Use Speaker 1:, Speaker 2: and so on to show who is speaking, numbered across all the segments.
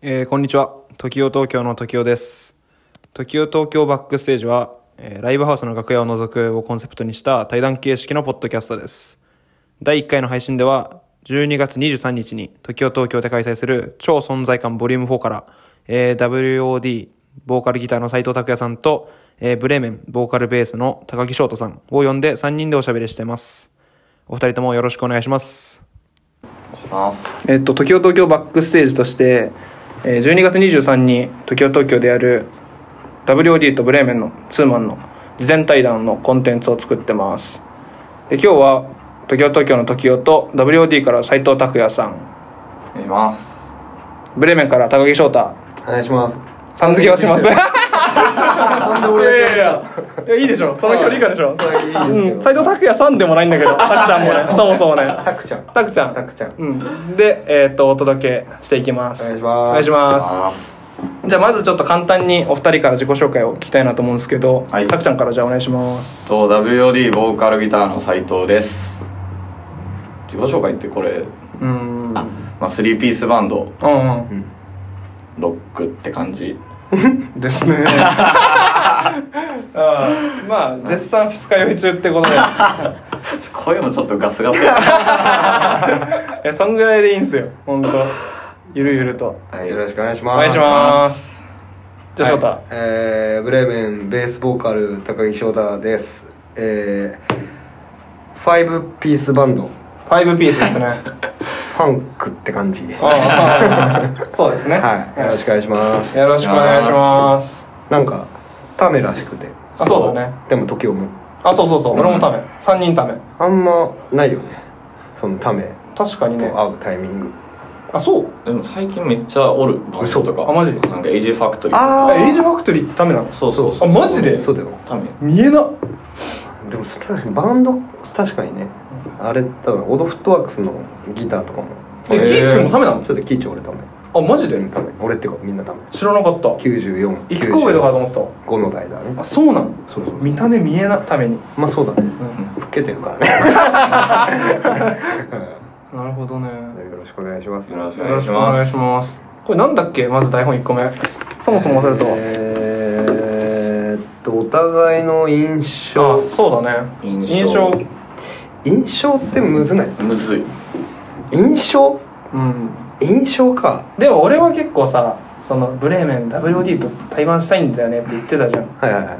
Speaker 1: えーこんにちは。時代東京の時代です。時代東京バックステージは、えーライブハウスの楽屋を除くをコンセプトにした対談形式のポッドキャストです。第1回の配信では、12月23日に時代東京で開催する超存在感ボリューム4から、えー WOD、ボーカルギターの斉藤拓也さんと、えーブレーメン、ボーカルベースの高木翔太さんを呼んで3人でおしゃべりしてます。お二人ともよろしくお願いします。
Speaker 2: します。
Speaker 1: えっと、東京東京バックステージとして、えー12月23日に東京東京でやる WOD とブレーメンのツーマンの事前対談のコンテンツを作ってますで今日は東京東京の時代と WOD から斉藤拓也さん
Speaker 2: お願いします。
Speaker 1: ブレーメンから高木翔太
Speaker 2: お願いします。
Speaker 1: さん付けをしますいや
Speaker 2: なんで
Speaker 1: い
Speaker 2: 俺
Speaker 1: やい
Speaker 2: やっ
Speaker 1: やいやいいでしょその距離感でしょ
Speaker 2: いいいですけど
Speaker 1: うん斉藤拓也さんでもないんだけど拓ちゃん もねそもそもね
Speaker 2: たタクちゃん。
Speaker 1: 拓ちゃん
Speaker 2: タクちゃん。お
Speaker 1: うん、で、えっとお届けしていきます
Speaker 2: 願いします。。
Speaker 1: お願いしますすじゃあまずちょっと簡単にお二人から自己紹介を聞きたいなと思うんですけど、
Speaker 2: はい
Speaker 1: たくちゃんからじゃあお願いします
Speaker 2: と WOD ボーカルギターの斉藤です。自己紹介ってこれ、
Speaker 1: うーん
Speaker 2: あ、まあスリーピースバンド
Speaker 1: うん
Speaker 2: ロックって感じ。
Speaker 1: うんですねあーまあ絶賛二日酔い中ってことで
Speaker 2: 声もちょっとガスガス。
Speaker 1: いやそんぐらいでいいんですよ本当ゆるゆると
Speaker 2: はい
Speaker 3: よろしくお願いし
Speaker 1: お
Speaker 3: ます。
Speaker 1: 願いしますじゃあ翔太、
Speaker 3: はいえーブレーメンベースボーカル高木翔太です。えー、ファイブピースバンド、フ
Speaker 1: ファイブピースですね
Speaker 3: ァンクって感じ。は
Speaker 1: あーそうですね
Speaker 3: い、よろしくお願いします。
Speaker 1: よろしくお願いします
Speaker 3: なんか、ためらしくて。
Speaker 1: あそうだね
Speaker 3: でも時をも、
Speaker 1: あそうそうそう、俺もため3人ため
Speaker 3: あんまないよね。そのため
Speaker 1: 確かに
Speaker 3: と
Speaker 1: ね
Speaker 3: 会うタイミング。
Speaker 1: あそう
Speaker 2: でも最近めっちゃおるバンドとか。
Speaker 1: 嘘あマジ
Speaker 2: なんかエイジファクトリーと
Speaker 3: あ
Speaker 2: か。
Speaker 1: あエイジファクトリーってダメなの
Speaker 2: そうそうそう。
Speaker 1: あマジで
Speaker 3: そうだよ。
Speaker 2: ため。
Speaker 1: 見えな
Speaker 3: でもそれ確かにバンド、確かにね。あれ、多分オドフットワークスのギターとかも。
Speaker 1: え、
Speaker 2: へー
Speaker 1: キイチ君もためなの
Speaker 3: ちょっとキーチ俺ため。
Speaker 1: あマジで
Speaker 3: 全部ダメ俺ってかみんなダメ
Speaker 1: 知らなかった
Speaker 3: 94
Speaker 1: 1個上とかだと思って
Speaker 3: 5の代だ
Speaker 1: た
Speaker 3: ね
Speaker 1: あそうなの
Speaker 3: そうそう
Speaker 1: 見た目見えなために、
Speaker 3: まあそうだね老けてるからねうん
Speaker 1: なるほどね
Speaker 3: よろしくお願いします
Speaker 2: よろしく
Speaker 1: よろしくお願いしますこれなんだっけまず台本1個目そもそも忘れたわ、
Speaker 3: えーっとお互いの印象
Speaker 1: あそうだね
Speaker 2: 印
Speaker 1: 印
Speaker 2: 象
Speaker 1: 象
Speaker 3: 印象ってむずない
Speaker 2: むずい。
Speaker 3: 印象
Speaker 1: うん
Speaker 3: 印象か
Speaker 1: でも俺は結構さそのブレーメン WOD と対バンしたいんだよねって言ってたじゃん
Speaker 3: はいはいはい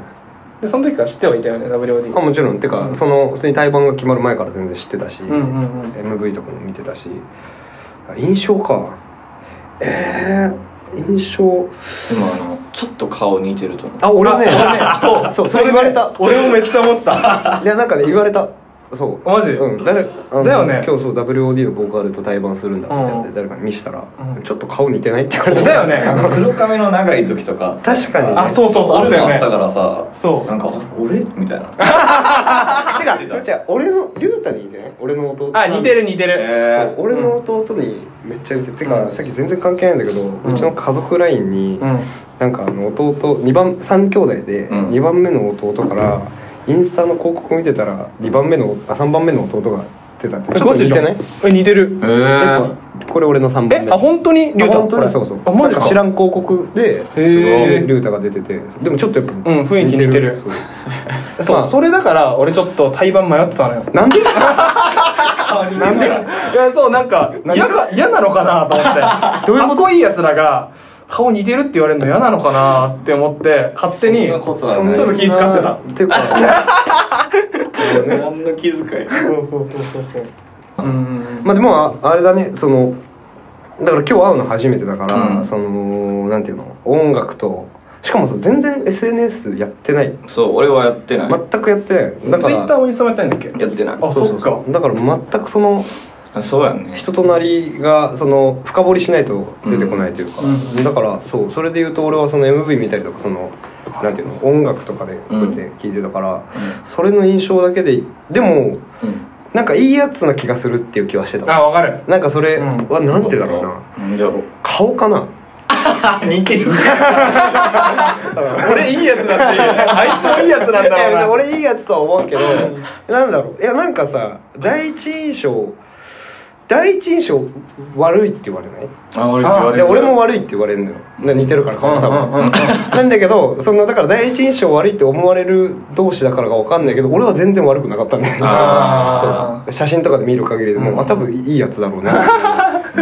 Speaker 1: でその時から知ってはいたよね WOD
Speaker 3: あもちろんてかその普通に対バンが決まる前から全然知ってたし、
Speaker 1: うんうんうん
Speaker 3: MV とかも見てたしあ印象かえー、印象
Speaker 2: でもあのちょっと顔似てると思う。
Speaker 3: あ俺ね
Speaker 1: あ俺 ねそう
Speaker 3: そうそれ言われた
Speaker 1: 俺もめっちゃ思ってた
Speaker 3: いやなんかね言われたそう
Speaker 1: マジ
Speaker 3: うん誰あの
Speaker 1: だよね
Speaker 3: 今日そう WOD のボーカルと対バンするんだみたいなので、
Speaker 1: うん
Speaker 3: 誰かに見したら、
Speaker 1: うん
Speaker 3: ちょっと顔似てないって言われた
Speaker 1: だよね
Speaker 2: 黒髪の長い時とか
Speaker 3: 確かに
Speaker 1: あそうそうそうあ
Speaker 2: あ
Speaker 1: っ
Speaker 2: ったた
Speaker 1: よね
Speaker 2: あったからさ
Speaker 1: そう
Speaker 2: なんか「俺?」みたいな
Speaker 3: てか じゃあ俺の龍太に似てない俺の弟
Speaker 1: あ似てる似てる
Speaker 3: そう
Speaker 2: え
Speaker 3: 俺の弟にめっちゃ似てる、てか
Speaker 1: うん
Speaker 3: さっき全然関係ないんだけど、うんちの家族ラインに、
Speaker 1: うん
Speaker 3: なんかあの弟二番3兄弟で
Speaker 2: うん
Speaker 3: 2番目の弟からインスタの広告見てたら二番目のあ3番目の弟が出たってちょっと似てない
Speaker 1: え似てる
Speaker 2: えー
Speaker 3: えこれ俺の3番目
Speaker 1: えあ本当にリュウタ
Speaker 3: あ本当にそうそう
Speaker 1: あマジ
Speaker 3: なん
Speaker 1: か
Speaker 3: か知らん広告で
Speaker 1: へー
Speaker 3: リュウタが出ててでもちょっとやっぱ
Speaker 1: うん雰囲気似てる
Speaker 3: そう
Speaker 1: そう、
Speaker 3: まあ
Speaker 1: それだから俺ちょっと対バン迷ってたの よ
Speaker 3: なんで
Speaker 1: なんでいやそうなんか
Speaker 3: 何
Speaker 1: 嫌か嫌なのかなと思って
Speaker 3: どういう
Speaker 1: か
Speaker 3: こ
Speaker 1: っこいいやつらが顔似てるって言われるの嫌なのかなって思って勝手に
Speaker 2: そんなことは
Speaker 1: ち
Speaker 2: な
Speaker 1: ょ
Speaker 2: い
Speaker 1: っと気遣ってた
Speaker 3: っていうかそうね
Speaker 2: 何の気遣い
Speaker 1: そうそうそうそうそううん
Speaker 3: まあでもああれだねそのだから今日会うの初めてだから、
Speaker 2: うん
Speaker 3: そのなんていうの音楽としかもさ全然 SNS やってない
Speaker 2: そう俺はやってない
Speaker 3: 全くやってないだ
Speaker 1: ツ
Speaker 3: か
Speaker 1: イ
Speaker 3: ら
Speaker 1: ッターをインスタもやったいんだっけ
Speaker 2: やってない
Speaker 1: あ
Speaker 3: そう
Speaker 1: そ
Speaker 3: そ
Speaker 1: っ
Speaker 3: う
Speaker 1: か
Speaker 3: そうだから全くその
Speaker 2: あそうやんね
Speaker 3: 人となりがその深掘りしないと出てこないというか、
Speaker 1: うんうん
Speaker 3: だからそうそれで言うと俺はその MV 見たりとかそのなんていうの音楽とかでこうやって聞いてたから、それの印象だけででも
Speaker 2: うん
Speaker 3: なんかいいやつな気がするっていう気はしてた
Speaker 1: あわかる
Speaker 3: なんかそれ
Speaker 1: うん
Speaker 3: はなんでだろうな、
Speaker 2: なんでやろう
Speaker 3: 顔かな
Speaker 2: あ似てる
Speaker 1: 俺いいやつだしあいつもいいやつなんだろう
Speaker 3: いや別
Speaker 1: な
Speaker 3: に俺いいやつとは思うけどなんだろういやなんかさ第一印象第一印象悪いって言われない
Speaker 2: あ俺
Speaker 1: あ
Speaker 2: 言われ
Speaker 3: で
Speaker 2: る
Speaker 3: 俺も悪いって言われるのよな似てるから顔が多分なんだけどそのだから第一印象悪いって思われる同士だからかわかんないけど俺は全然悪くなかったんだよね
Speaker 2: あー
Speaker 3: そう写真とかで見る限りでも、
Speaker 1: うん
Speaker 3: あ多分いいやつだろうね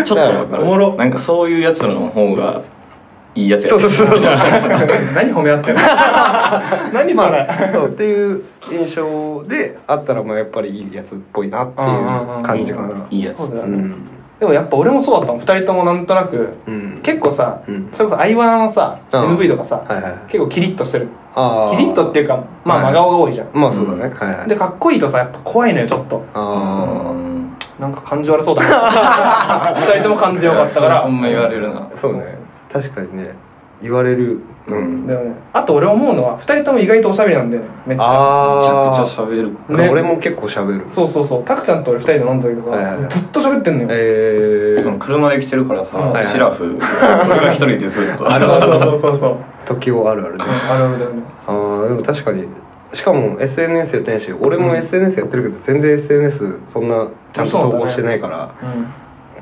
Speaker 2: ちょっとわかる
Speaker 1: おもろ
Speaker 2: なんかそういうやつらの方がいいやつや
Speaker 3: そうそうそうそう
Speaker 1: 何褒め合ってる 何それ
Speaker 3: まあそうっていう印象であったらまあやっぱりいいやつっぽいなっていう感じかな
Speaker 2: いういやつ
Speaker 1: そうだよ
Speaker 3: ん
Speaker 1: ね
Speaker 3: うん
Speaker 1: でもやっぱ俺もそうだったもん2人ともなんとなく結構さ
Speaker 3: うん
Speaker 1: それこそアイワナのさ
Speaker 3: うん
Speaker 1: MV とかさ
Speaker 3: はいはい
Speaker 1: 結構キリッとしてる
Speaker 3: あー
Speaker 1: キリッとっていうかまあ
Speaker 3: はい
Speaker 1: 真顔が多いじゃん
Speaker 3: まあそうだね、はいはい
Speaker 1: でかっこいいとさやっぱ怖いのよちょっと
Speaker 3: あ
Speaker 1: なんか感じ悪そうだ な二人とも感じよかったか
Speaker 2: ほ
Speaker 1: ら
Speaker 2: んま言われるな
Speaker 3: あそうね確かにね言われる
Speaker 2: うん
Speaker 1: でもねあと俺思うのは二人とも意外とおしゃべりなんだよねめっちゃ
Speaker 2: めちゃ
Speaker 3: あ
Speaker 2: くちゃ
Speaker 3: あ
Speaker 2: 喋る
Speaker 1: ね
Speaker 3: 俺も結構喋る
Speaker 1: そうそうそうたくちゃんと俺二人で飲んだ時と
Speaker 3: はいはいは
Speaker 1: か
Speaker 3: い
Speaker 1: ずっと喋ってんのよ
Speaker 3: え
Speaker 2: でも
Speaker 3: ー、
Speaker 2: 車で来てるから
Speaker 1: うん
Speaker 2: さシラフ俺が一人でずっと
Speaker 1: そうそうそうそう
Speaker 3: 時をあるある
Speaker 1: う
Speaker 3: で
Speaker 1: んあるあるだよね
Speaker 3: あーでも確かにしかも SNS やってないし俺
Speaker 1: う
Speaker 3: も
Speaker 1: ん
Speaker 3: SNS やってるけど全然 SNS そんなちゃんと
Speaker 1: そうだね
Speaker 3: 投稿してないから、
Speaker 1: うん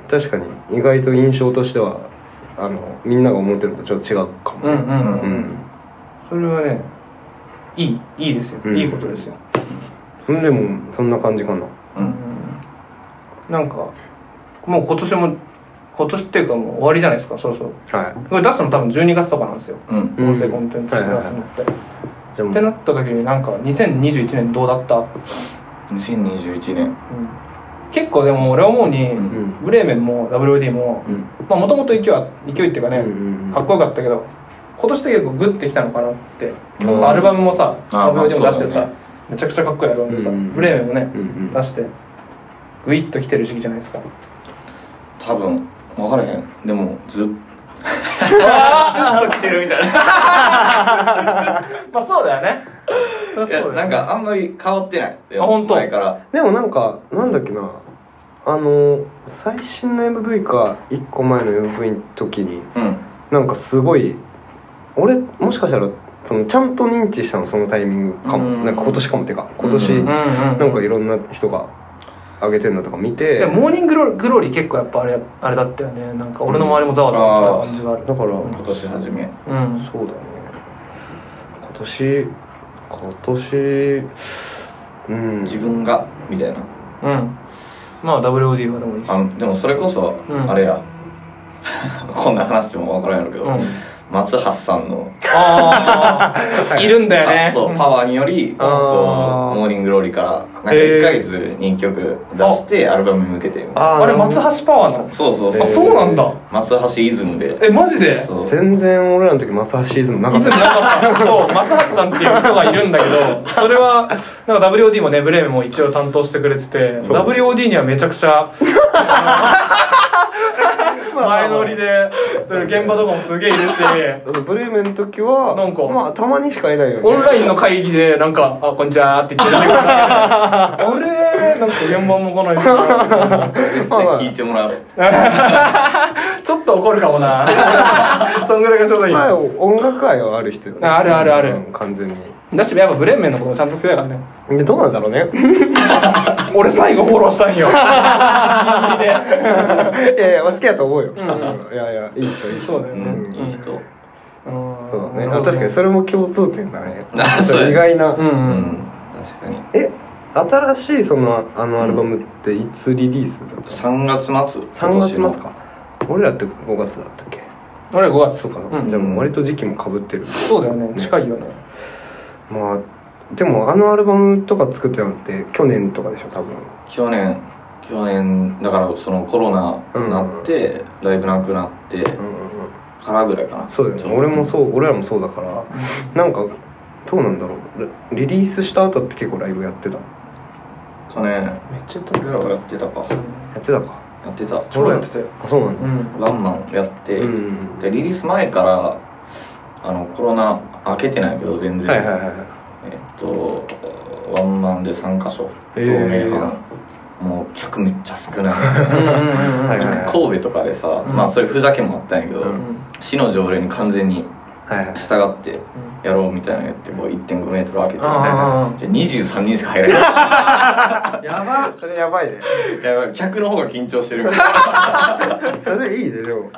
Speaker 3: 確かに意外と印象としてはあのみんなが思ってるのとちょっと違うかも、
Speaker 1: うんうんうん、う
Speaker 3: うん
Speaker 1: ん、それはねいいいいですよ、
Speaker 3: うん
Speaker 1: いいことですよ、
Speaker 3: うんでもそんな感じかな
Speaker 2: う
Speaker 1: うんん、なんかもう今年も今年っていうかもう終わりじゃないですかそろそろ
Speaker 3: はい
Speaker 1: これ出すの多分12月とかなんですよ
Speaker 2: うん
Speaker 3: うん
Speaker 1: 音声コンテンツとして出すのって、
Speaker 3: じゃあも
Speaker 1: ってな
Speaker 3: う
Speaker 1: った時になんか2021年どうだった、
Speaker 2: 2021年
Speaker 1: 結構でも俺思うに、
Speaker 2: うん
Speaker 3: うん
Speaker 1: ブレーメンも WD も
Speaker 2: うん
Speaker 1: まあもともと勢いは勢いっていうかね、
Speaker 3: うん
Speaker 1: かっこよかったけど今年って結構グッてきたのかなって、
Speaker 2: うん
Speaker 1: そのさアルバムもさ
Speaker 2: あー
Speaker 1: WD も出して
Speaker 2: まあそうだ
Speaker 1: さ、
Speaker 2: ね
Speaker 1: めちゃくちゃかっこいいアルバムでさ、
Speaker 3: うん
Speaker 1: ブレーメンもね
Speaker 3: うんうん
Speaker 1: 出してグイッときてる時期じゃないですか
Speaker 2: 多分分からへんでもずっずっと来てるみ たいな
Speaker 1: まあそうだよねそりゃ
Speaker 2: い
Speaker 1: そうだ
Speaker 2: や
Speaker 1: よね
Speaker 2: なんかあんまり変わってない
Speaker 1: あ本当
Speaker 2: 前から
Speaker 3: でもなんかなんだっけなあの最新の MV か1個前の MV の時に
Speaker 2: うん
Speaker 3: なんかすごい俺もしかしたらそのちゃんと認知したのそのタイミングかも、
Speaker 2: うん
Speaker 3: なんか今年かもってか今
Speaker 2: う
Speaker 3: 年
Speaker 2: ん
Speaker 1: うんうん
Speaker 3: なんかいろんな人が上げてんのとか見て
Speaker 1: でもモーニングログローリー結構やっぱあれあれだったよねなんか俺の周りもざわざわしてた感じがある
Speaker 3: だから
Speaker 2: 今年初め
Speaker 1: うん
Speaker 3: そうだね今年今年うん
Speaker 2: 自分がみたいな
Speaker 1: うんまあ WOD はでもいいし
Speaker 2: あでもそれこそ
Speaker 1: うん
Speaker 2: あれや こんな話しても分からんやろけ
Speaker 1: うん
Speaker 2: ど松橋さんの
Speaker 1: ああいるんだよね
Speaker 2: あそうパワーによりこう
Speaker 3: あー
Speaker 2: モーニングローリーからなんか
Speaker 1: へー
Speaker 2: 1ヶ月に1曲出してアルバムに向けてみたいな
Speaker 3: あ
Speaker 1: あれ松橋パワーなの
Speaker 2: そうそうそ
Speaker 3: へ
Speaker 1: あ
Speaker 2: う
Speaker 3: ー
Speaker 1: そうなんだ
Speaker 2: 松橋イズムで
Speaker 1: えマジで
Speaker 2: そう
Speaker 3: 全然俺らの時松橋イズムなか
Speaker 1: い
Speaker 3: っ
Speaker 1: つも
Speaker 3: た
Speaker 1: なかったそう松橋さんっていう人がいるんだけどそれはなんか WOD もねブレーメンも一応担当してくれてて
Speaker 3: そう
Speaker 1: WOD にはめちゃくちゃ前乗りで現場とかもすげえいるし
Speaker 3: ブレーメンの時は
Speaker 1: なんか
Speaker 3: まあたまにしかいないよね
Speaker 1: オンラインの会議でなんか「あこんにちは」って言ってる人がいて あれなんか現場も来ないしな
Speaker 2: 絶対聞いてもらう
Speaker 1: ちょっと怒るかもな そんぐらいがちょうどいい
Speaker 3: まあ音楽愛はある人よね
Speaker 1: ああるあるある
Speaker 3: うん完全に
Speaker 1: だしやっぱブレーメンのこともちゃんと好きだからね
Speaker 3: でどうなんだろうね
Speaker 1: 俺最後フォローしたん よで
Speaker 3: いやいやまあ好きだと思うよ、
Speaker 1: ん
Speaker 3: いやいやいい人いい人
Speaker 1: そうだよね
Speaker 3: ん
Speaker 2: いい人
Speaker 3: そうだね、
Speaker 1: あ
Speaker 3: あ確かにそ
Speaker 1: れ
Speaker 3: れも共通点だね
Speaker 2: あそうや
Speaker 3: 意外な、
Speaker 1: うんう、
Speaker 2: うんん確かに
Speaker 3: え新しいそのあのアルバムっていつリリースだった、
Speaker 2: 3月末
Speaker 3: 3月末
Speaker 2: 今年の
Speaker 3: か俺らって5月だったっけ
Speaker 1: 俺5月
Speaker 3: そうかな、
Speaker 1: うん
Speaker 3: じゃあもう割と時期もかぶってる
Speaker 1: そうだよね近いよね
Speaker 3: まあでもあのアルバムとか作ったのって去年とかでしょ多分
Speaker 2: 去年去年だからそのコロナになって、ライブなくなって
Speaker 3: うんうんうん
Speaker 2: からぐらいかな
Speaker 3: そうだよ
Speaker 2: ちょ
Speaker 3: ね俺もそう俺らもそうだからなんかどうなんだろうリリリースした後って結構ライブやってたや
Speaker 2: 去年
Speaker 1: めっちゃ
Speaker 2: 俺らがやってたか
Speaker 3: ってたか
Speaker 2: やってた
Speaker 1: 超やってたよ
Speaker 3: あそうなん
Speaker 1: う
Speaker 3: だ
Speaker 1: ん
Speaker 2: ワンマンやって、
Speaker 3: うんうん
Speaker 2: でリリース前からあのコロナ開けてないけど全
Speaker 3: うん
Speaker 2: 然、
Speaker 3: はいはいはいはい
Speaker 2: えっとワンマンで3箇所
Speaker 3: へ
Speaker 2: 同
Speaker 3: ー
Speaker 2: 盟班、もう客めっちゃ少ない
Speaker 1: うん うんうんうん
Speaker 3: はいはい
Speaker 2: なんか神戸とかでさ、
Speaker 1: うん
Speaker 2: まあそれふざけもあったんやけど、
Speaker 3: うん
Speaker 1: う
Speaker 2: 市の条例に完全に
Speaker 3: はいはい
Speaker 2: 従ってやろうみたいなのやってこう1.5メートル開けてじ
Speaker 1: うんうんうん
Speaker 2: ゃあ23人しか入らない
Speaker 3: やばそれやばいね
Speaker 2: いや客の方が緊張してる
Speaker 3: それいいねでも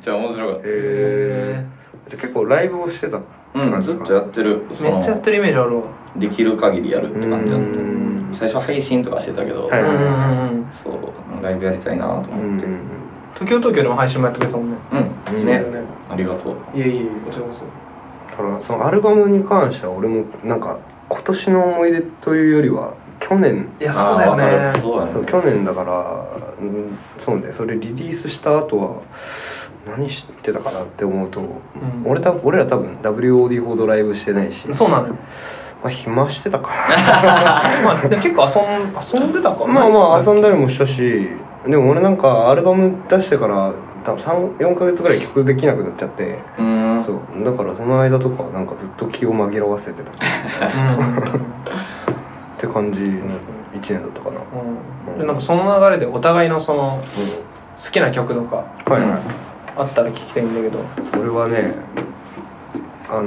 Speaker 2: じゃあ面白かっ
Speaker 3: へえじゃあ結構ライブをしてた
Speaker 2: たうんずっとやってるそ
Speaker 1: め
Speaker 2: の
Speaker 1: っちゃやってるイメージあるわ
Speaker 2: できる限りやるって感じだった
Speaker 3: うん
Speaker 2: 最初配信とかしてたけど、
Speaker 3: は
Speaker 1: う
Speaker 3: い
Speaker 1: んうんうん
Speaker 2: そうライブやりたいなと
Speaker 3: う
Speaker 2: 思ってうん、
Speaker 3: ん
Speaker 1: 東京東京でも配信もやってくれたもんね
Speaker 3: うん
Speaker 2: ねありがとう
Speaker 1: いえいえこちらこそ
Speaker 3: ただそのアルバムに関しては俺もなんか今年の思い出というよりは去年
Speaker 1: いやそうだよ
Speaker 2: あーわか
Speaker 1: ね
Speaker 2: るそうだ
Speaker 3: そう
Speaker 2: ね
Speaker 3: 去年だから、うん、そうねそれリリースした後は何してたかなって思うと、
Speaker 1: ん
Speaker 3: 俺た俺ら多分 WOD ほどライブしてないし、
Speaker 1: そうなのよ
Speaker 3: まあ、暇してた か
Speaker 1: まあでも結構遊ん遊んでたから
Speaker 3: まあまあ遊ん
Speaker 1: だ
Speaker 3: だりもしたしでも俺なんかアルバム出してから多分34ヶ月ぐらい曲できなくなっちゃって
Speaker 2: うーん
Speaker 3: そうだからその間とかはなんかずっと気を紛らわせてたって感じの1年だったかな、うん
Speaker 1: うんでなんかその流れでお互いのその好きな曲とか
Speaker 3: はいはい、
Speaker 1: あったら聞きたいんだけど
Speaker 3: 俺はねあ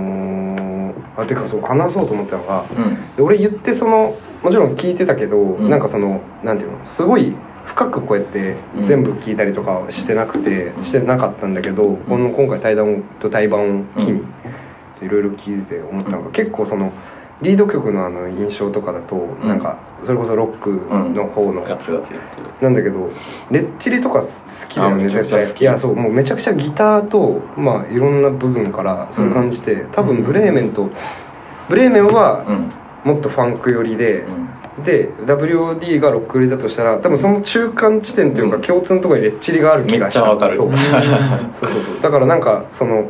Speaker 3: のー、あてかそう話そうと思ったのが
Speaker 2: うん
Speaker 3: で俺言ってそのもちろん聞いてたけど、
Speaker 2: ん
Speaker 3: なんかそのなんていうのすごい深くこうやって
Speaker 2: うん
Speaker 3: 全部聞いたりとかはしてなくて、
Speaker 2: うん
Speaker 3: してなかったんだけど、この今回対談と対バンを機にいろいろ聞いてて思ったのが、結構そのリード曲のあの印象とかだと、
Speaker 2: ん
Speaker 3: なんかそれこそロックの方の、
Speaker 2: ガツガツやってる
Speaker 3: なんだけどレッチリとかす好きだよ
Speaker 2: あ
Speaker 3: ね
Speaker 2: めちゃく
Speaker 3: 絶
Speaker 2: ちゃ
Speaker 3: 対
Speaker 2: 好き
Speaker 3: いやそうもうめちゃくちゃギターとまあいろんな部分からそういう感じで、多分ブレーメンと、ブレーメン
Speaker 2: う
Speaker 3: は
Speaker 2: ん
Speaker 3: もっとファンク寄りで
Speaker 2: う、ん
Speaker 3: で WOD がロック寄りだとしたら多分その中間地点というか、
Speaker 2: うん
Speaker 3: 共通のところにレッチリがある気がした
Speaker 2: めっちゃわかる
Speaker 3: そう
Speaker 2: う
Speaker 3: そうそうそうだからなんかその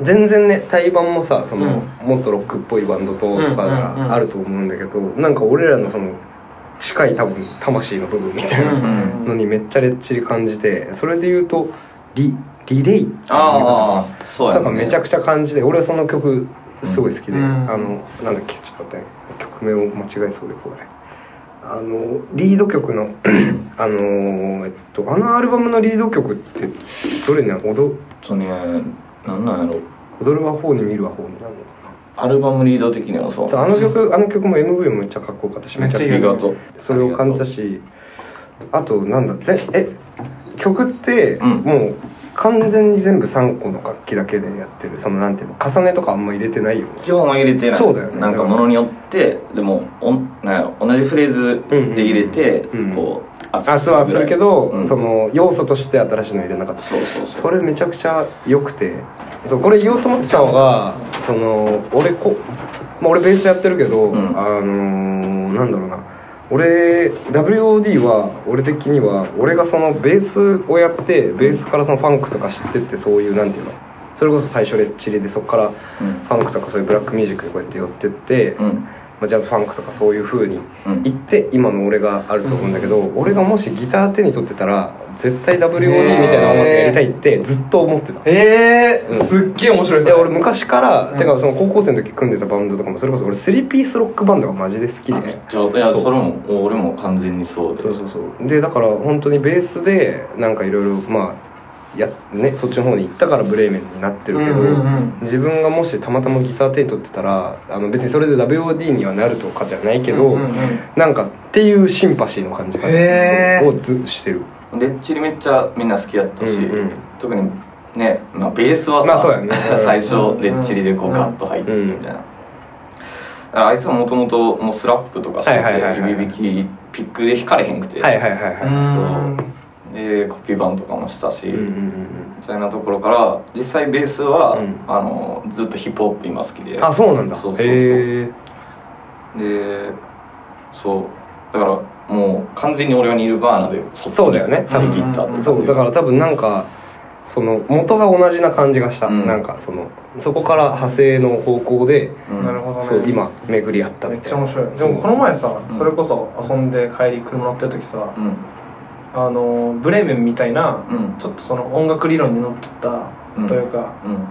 Speaker 3: 全然ね対バンもさその、もっとロックっぽいバンドととか
Speaker 1: うんうんうん
Speaker 3: があると思うんだけど、なんか俺らのその近い多分魂の部分みたいなのにめっちゃレッチリ感じてそれで言うとリリレイっていう
Speaker 2: ああそう
Speaker 3: だ
Speaker 2: や
Speaker 3: か
Speaker 2: ね
Speaker 3: らめちゃくちゃ感じで俺はその曲すごい好きで、
Speaker 1: うん
Speaker 3: あのなんだっけちょっと待って曲名を間違えそうでこれあのリード曲の あのえっとあのアルバムのリード曲ってどれね
Speaker 2: ち
Speaker 3: 踊
Speaker 2: ょっとねなんなんやろ
Speaker 3: 踊るは方に見るは方になるのか
Speaker 2: アルバムリード的にはそう
Speaker 3: なそうあの曲あの曲も MV もめっちゃかっこよかったしめっちゃ
Speaker 2: あ
Speaker 3: 好き
Speaker 2: りがとう
Speaker 3: それを感じたしあとなんだぜえ曲って
Speaker 2: うん
Speaker 3: もう完全に全全部3個の楽器だけでやってるそのなんていうの重ねとかあんま入れてないよね
Speaker 2: 基本は入れてない
Speaker 3: そうだよね
Speaker 2: なんかものによってでもおんなんやろ同じフレーズで入れて、
Speaker 3: うんうん
Speaker 2: こう圧
Speaker 3: あそうはするけど、
Speaker 2: うん
Speaker 3: その要素として新しいの入れなかった
Speaker 2: そうそうそう
Speaker 3: それめちゃくちゃ良くてそうこれ言おうと思ってたのがその俺こ、まあ、俺ベースやってるけど、
Speaker 2: うん
Speaker 3: あのーなんだろうな俺 WOD は俺的には俺がそのベースをやってベースからそのファンクとか知ってってそういうなんていうのそれこそ最初レッチリでそこからフ
Speaker 2: うん
Speaker 3: ァンクとかそういうブラックミュージックでこうやって寄ってって、
Speaker 2: う
Speaker 3: ま
Speaker 2: ん
Speaker 3: あ、ジャズファンクとかそういう風に
Speaker 2: うん
Speaker 3: 行って今の俺があると思うんだけど、俺がもしギター手に取ってたら絶対 WOD みたいな音楽やりたいってずっと思ってた、
Speaker 1: え
Speaker 3: うん
Speaker 1: すっげえ面白い
Speaker 3: いや俺昔から、
Speaker 1: うん
Speaker 3: てかその高校生の時組んでたバンドとかもそれこそ俺3ピースロックバンドがマジで好き
Speaker 2: あめっ
Speaker 3: で
Speaker 2: ちゃいや
Speaker 3: そう
Speaker 2: それも俺も完全にそうで
Speaker 3: そうそうそうでだから本当にベースでなんかいろいろまあや、ね、そっちの方に行ったからブレーメンになってるけど、
Speaker 1: うんうんうん
Speaker 3: 自分がもしたまたまギター手に取ってたらあの別にそれで WOD にはなるとかじゃないけど、
Speaker 1: うんうんうん
Speaker 3: なんかっていうシンパシーの感じが
Speaker 1: へー
Speaker 3: をずしてる。
Speaker 2: レッチリめっちゃみんな好きやったし、
Speaker 3: うんうん
Speaker 2: 特にね、まあ、ベースはさ、
Speaker 3: まあそうやね
Speaker 2: 最
Speaker 1: う
Speaker 2: 初
Speaker 1: ん
Speaker 2: レッチリでこうガッと入ってみたいな、だからあいつはもともともうスラップとかしてて、
Speaker 3: はいはいはいはい
Speaker 2: 指弾きピックで弾かれへんくて、
Speaker 3: はいはいはいはい。
Speaker 2: そうでコピー版とかもしたし、
Speaker 3: うんうん
Speaker 2: みたいなところから実際ベースは、
Speaker 3: うん
Speaker 2: あのずっとヒップホップ今好きで
Speaker 3: うんあ、そうなんだ。
Speaker 2: そうそうそう
Speaker 3: へー
Speaker 2: でそうだからもう完全に俺はニルバーナでそっちに
Speaker 3: そうだよね多分
Speaker 2: 振り切ったって感じ
Speaker 3: そうだから多分なんかその元が同じな感じがした。
Speaker 2: うん
Speaker 3: なんかそのそこから派生の方向で、
Speaker 2: うん
Speaker 1: なるほどね
Speaker 3: そう今巡り合った
Speaker 1: め
Speaker 3: み
Speaker 1: ったち
Speaker 3: い
Speaker 1: ゃ
Speaker 3: な。
Speaker 1: 面白いでもこの前さそれこそ遊んで帰り車乗ってる時さ
Speaker 2: うん
Speaker 1: あのブレーメンみたいな
Speaker 2: うん
Speaker 1: ちょっとその音楽理論にのっとった
Speaker 2: うん
Speaker 1: というか
Speaker 2: うん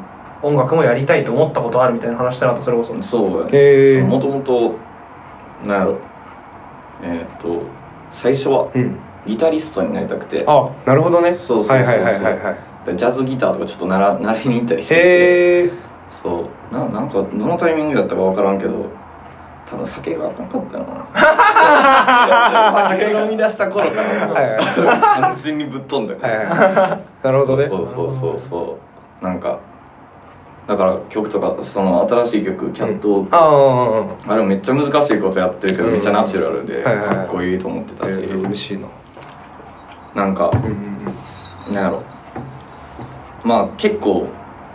Speaker 1: 音楽もやりたいと思ったことあるみたいな話してなかったそれこそ
Speaker 2: そうやね、
Speaker 3: へー
Speaker 2: もともとなんやろえーっと最初は
Speaker 3: うん。
Speaker 2: ギタリストになりたくて
Speaker 3: あ、なるほどね。
Speaker 2: そうそうそうそう
Speaker 3: はいはいはいはいはい。
Speaker 2: でジャズギターとかちょっと習習いに行ったりしてて
Speaker 3: へえ
Speaker 2: そうななんかどのタイミングだったか分からんけど多分酒があかんかったよな酒が生み出した頃かな、
Speaker 3: はいはい
Speaker 2: 完全にぶっ飛んだよ
Speaker 3: はいはいなるほどね
Speaker 2: そうそうそうそうなんかだから曲とかその新しい曲「キャット、
Speaker 3: ああうん
Speaker 2: あれもめっちゃ難しいことやってるけどめっちゃナチュラルで
Speaker 3: はいはいはい
Speaker 2: かっこいいと思ってたし、
Speaker 3: えー嬉しいな
Speaker 2: なんか
Speaker 3: うんうん
Speaker 2: なんやろまあ結構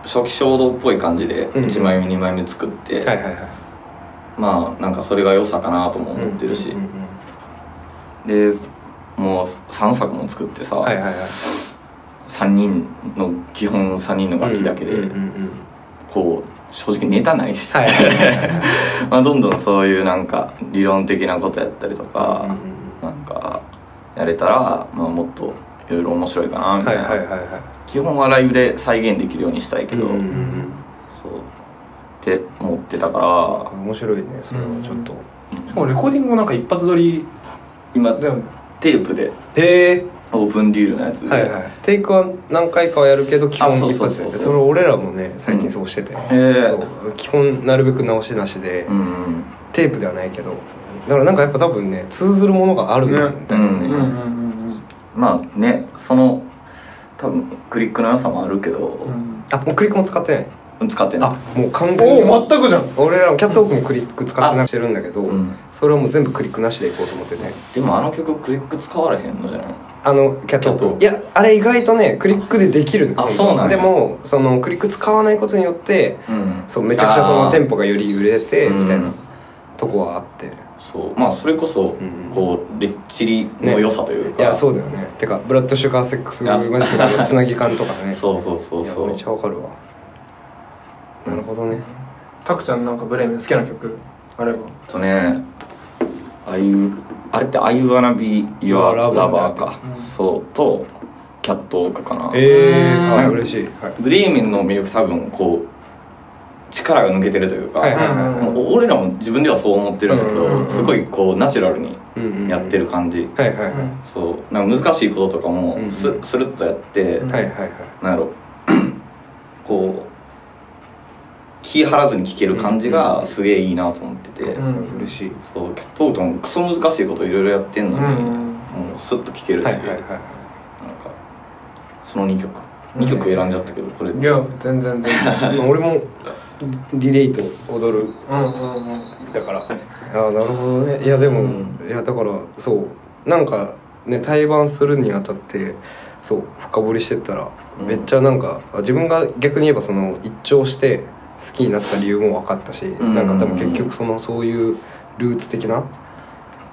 Speaker 2: 初期衝動っぽい感じで
Speaker 3: うん
Speaker 2: 1枚目2枚目作って、
Speaker 3: うんはいはいはい
Speaker 2: まあなんかそれが良さかなとも思ってるし、
Speaker 3: うんうんうん
Speaker 2: でもう3作も作ってさ、
Speaker 3: はいはいはい
Speaker 2: 3人の基本3人の楽器だけで、
Speaker 3: うんうんうん
Speaker 2: こう正直ネタないし、
Speaker 3: はいはいはいはいはい
Speaker 2: まあ、どんどんそういうなんか理論的なことやったりとか、
Speaker 3: うんうん
Speaker 2: なんかやれたら、まあ、もっといろいろ面白いかな
Speaker 3: う
Speaker 2: み
Speaker 3: ん
Speaker 2: た
Speaker 3: はいい
Speaker 2: な、
Speaker 3: はいはいはい
Speaker 2: 基本はライブで再現できるようにしたいけど、
Speaker 3: うんうんうん
Speaker 2: そうって思ってたから
Speaker 3: 面白いねそれはちょっと
Speaker 1: しかもレコーディングもなんか一発撮り
Speaker 2: 今
Speaker 1: だよね
Speaker 2: テープで
Speaker 3: へえ
Speaker 2: オープンデュールのやつで、
Speaker 3: はいはいテイクは何回かはやるけど基本
Speaker 2: あそう
Speaker 3: 一
Speaker 2: そう
Speaker 3: 発
Speaker 2: そう
Speaker 3: で
Speaker 2: そう
Speaker 3: それ俺らもね最近そうしてて
Speaker 2: ー
Speaker 3: そう基本なるべく直しなしで
Speaker 2: うん
Speaker 3: テープではないけどだからなんかやっぱ多分ね通ずるものがあるんだよね
Speaker 2: う
Speaker 1: うんんうんうん
Speaker 2: まあねその多分クリックの良さもあるけど
Speaker 1: う、ん
Speaker 3: あもうクリックも使ってない
Speaker 2: 使って
Speaker 3: あ
Speaker 2: な
Speaker 3: もう完全に
Speaker 1: おお全くじゃん
Speaker 3: 俺らもキャットウォークもクリック使ってなくしてるんだけど
Speaker 2: い、うん
Speaker 3: それはもう全部クリックなしでいこうと思ってね
Speaker 2: でもあの曲クリック使われへんのじゃない
Speaker 3: あのキャットウォークい
Speaker 2: キ
Speaker 3: やあれ意外とねクリックでできるの
Speaker 2: あそうなんだ
Speaker 3: でもそのクリック使わないことによって
Speaker 2: うん
Speaker 3: そうめちゃくちゃそのテン
Speaker 2: ポ
Speaker 3: ポがより売れてみたいな
Speaker 2: うん
Speaker 3: とこはあって
Speaker 2: そうまあそれこそ、
Speaker 3: ん
Speaker 2: こうレッチリの良さというか、
Speaker 3: いやそうだよねてかブラッドシュガーセックス
Speaker 2: い
Speaker 3: マ
Speaker 2: や
Speaker 3: ジックのつなぎ感とかね
Speaker 2: そうそうそうそ
Speaker 3: いうやめちゃわかるわなるほどね
Speaker 1: たくちゃんなんかブレーメン好きな曲あれば
Speaker 2: えっとねああいうあれって「アイワナビ・ユア・ラ
Speaker 3: Your
Speaker 2: バー
Speaker 3: Lover
Speaker 2: か」
Speaker 1: うん
Speaker 2: そうと「キャット・ウォーク」かな、
Speaker 3: え
Speaker 1: う
Speaker 3: ー、
Speaker 1: ん
Speaker 3: あ嬉しい、はい、
Speaker 2: ブレーメンの魅力多分こう力が抜けてるというか、
Speaker 3: はいはいはいはい
Speaker 2: もう俺らも自分ではそう思ってるんだけど、
Speaker 3: うんうんうん
Speaker 2: すごいこうナチュラルに
Speaker 3: うんうん
Speaker 2: やってる感じ、
Speaker 3: はいはいはい
Speaker 2: そうなんか難しいこととかも
Speaker 3: うんうん
Speaker 2: ス,、スルッとやって、
Speaker 1: うん
Speaker 3: はいはいはい
Speaker 2: なんやろ こう気張らずに聴ける感じがすげえいいなと思ってて、
Speaker 1: うん
Speaker 3: 嬉しい
Speaker 2: そうトートもクソ難しいこといろいろやってんの
Speaker 1: う
Speaker 2: に、
Speaker 1: ん
Speaker 2: もうスッと聴けるし、
Speaker 3: はいはいは
Speaker 2: なん
Speaker 3: い
Speaker 2: かその2曲2曲選んじゃったけどこれ、
Speaker 1: いや全然全然
Speaker 3: まあ俺もリレイと踊る
Speaker 1: うんうんうん
Speaker 3: だからああなるほどねいやでも、
Speaker 2: う
Speaker 3: いやだからそうなんかね対バンするにあたってそう深掘りしてったら、
Speaker 2: うん
Speaker 3: めっちゃなんかあ自分が逆に言えばその一聴して好きになった理由も分かったし、
Speaker 2: ん
Speaker 3: なんか多分結局そのそういうルーツ的な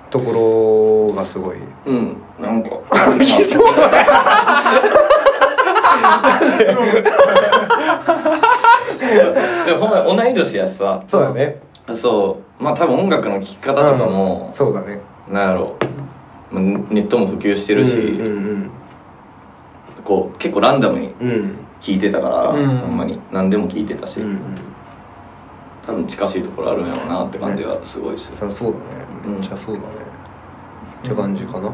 Speaker 3: ところがす ごい
Speaker 2: うんなんか でもほんまに同い年やしさ
Speaker 3: そうだね
Speaker 2: そうまあ多分音楽の聴き方とかも、
Speaker 3: そうだね
Speaker 2: なんやろまあネットも普及してるし、
Speaker 3: うん
Speaker 2: こう結構ランダムに
Speaker 3: うんうんうん
Speaker 2: 聴いてたから、
Speaker 1: うん
Speaker 2: ほんまに何でも聴いてたし、
Speaker 3: うんうん
Speaker 2: 多分近しいところあるんやろうなって感じがすごいする、
Speaker 3: そうだねめっちゃそうだね、って感じかな
Speaker 1: うんうんうん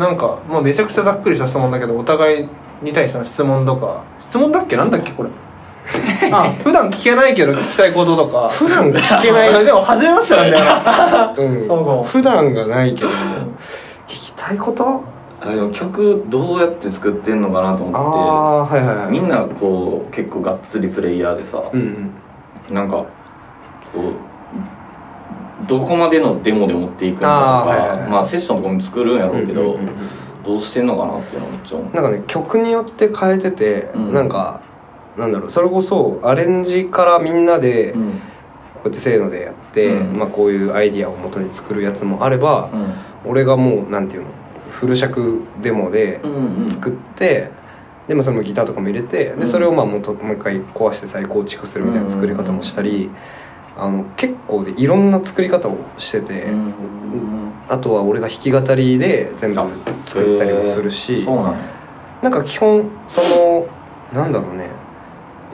Speaker 1: なんかもうめちゃくちゃざっくりした質問だけどお互いに対しての質問とか質問だっけなんだっけこれあ普段聞けないけど聞きたいこととか
Speaker 3: 普段
Speaker 1: 聞けないでも初めましてなんだよな
Speaker 3: うん、
Speaker 1: そもそも
Speaker 3: 普段がないけど弾きたいこと
Speaker 2: あでも曲どうやって作ってんのかなと
Speaker 3: あ
Speaker 2: 思っ
Speaker 3: あはいはいは
Speaker 2: てみ
Speaker 3: い
Speaker 2: んなこう結構がっつりプレイヤーでさ、
Speaker 3: うんうん
Speaker 2: なんかこうどこまでのデモで持っていくのかとか
Speaker 3: あーはいはいはい
Speaker 2: まあセッションとかも作るんやろうけど、
Speaker 3: うんうんうん
Speaker 2: どうしてんのかなっていうのはめっちゃ思う
Speaker 3: なんかね曲によって変えてて、
Speaker 2: うん
Speaker 3: なんかなんだろうそれこそアレンジからみんなで
Speaker 2: う
Speaker 3: こ
Speaker 2: ん
Speaker 3: うやってせーのでやって、
Speaker 2: うん
Speaker 3: まあ、こういうアイディアを元に作るやつもあれば、俺がもうなんていうのフル尺デモで
Speaker 2: うんうん
Speaker 3: 作って、でもそれもギターとかも入れて、
Speaker 2: うん
Speaker 3: でそれをまあもうともう一回壊して再構築するみたいな作り方もしたり、あの結構でいろんな作り方をしてて、
Speaker 2: うん
Speaker 3: あとは俺が弾き語りで全部作ったりもするし、
Speaker 2: えーそうなんや
Speaker 3: なんか基本そのなんだろうね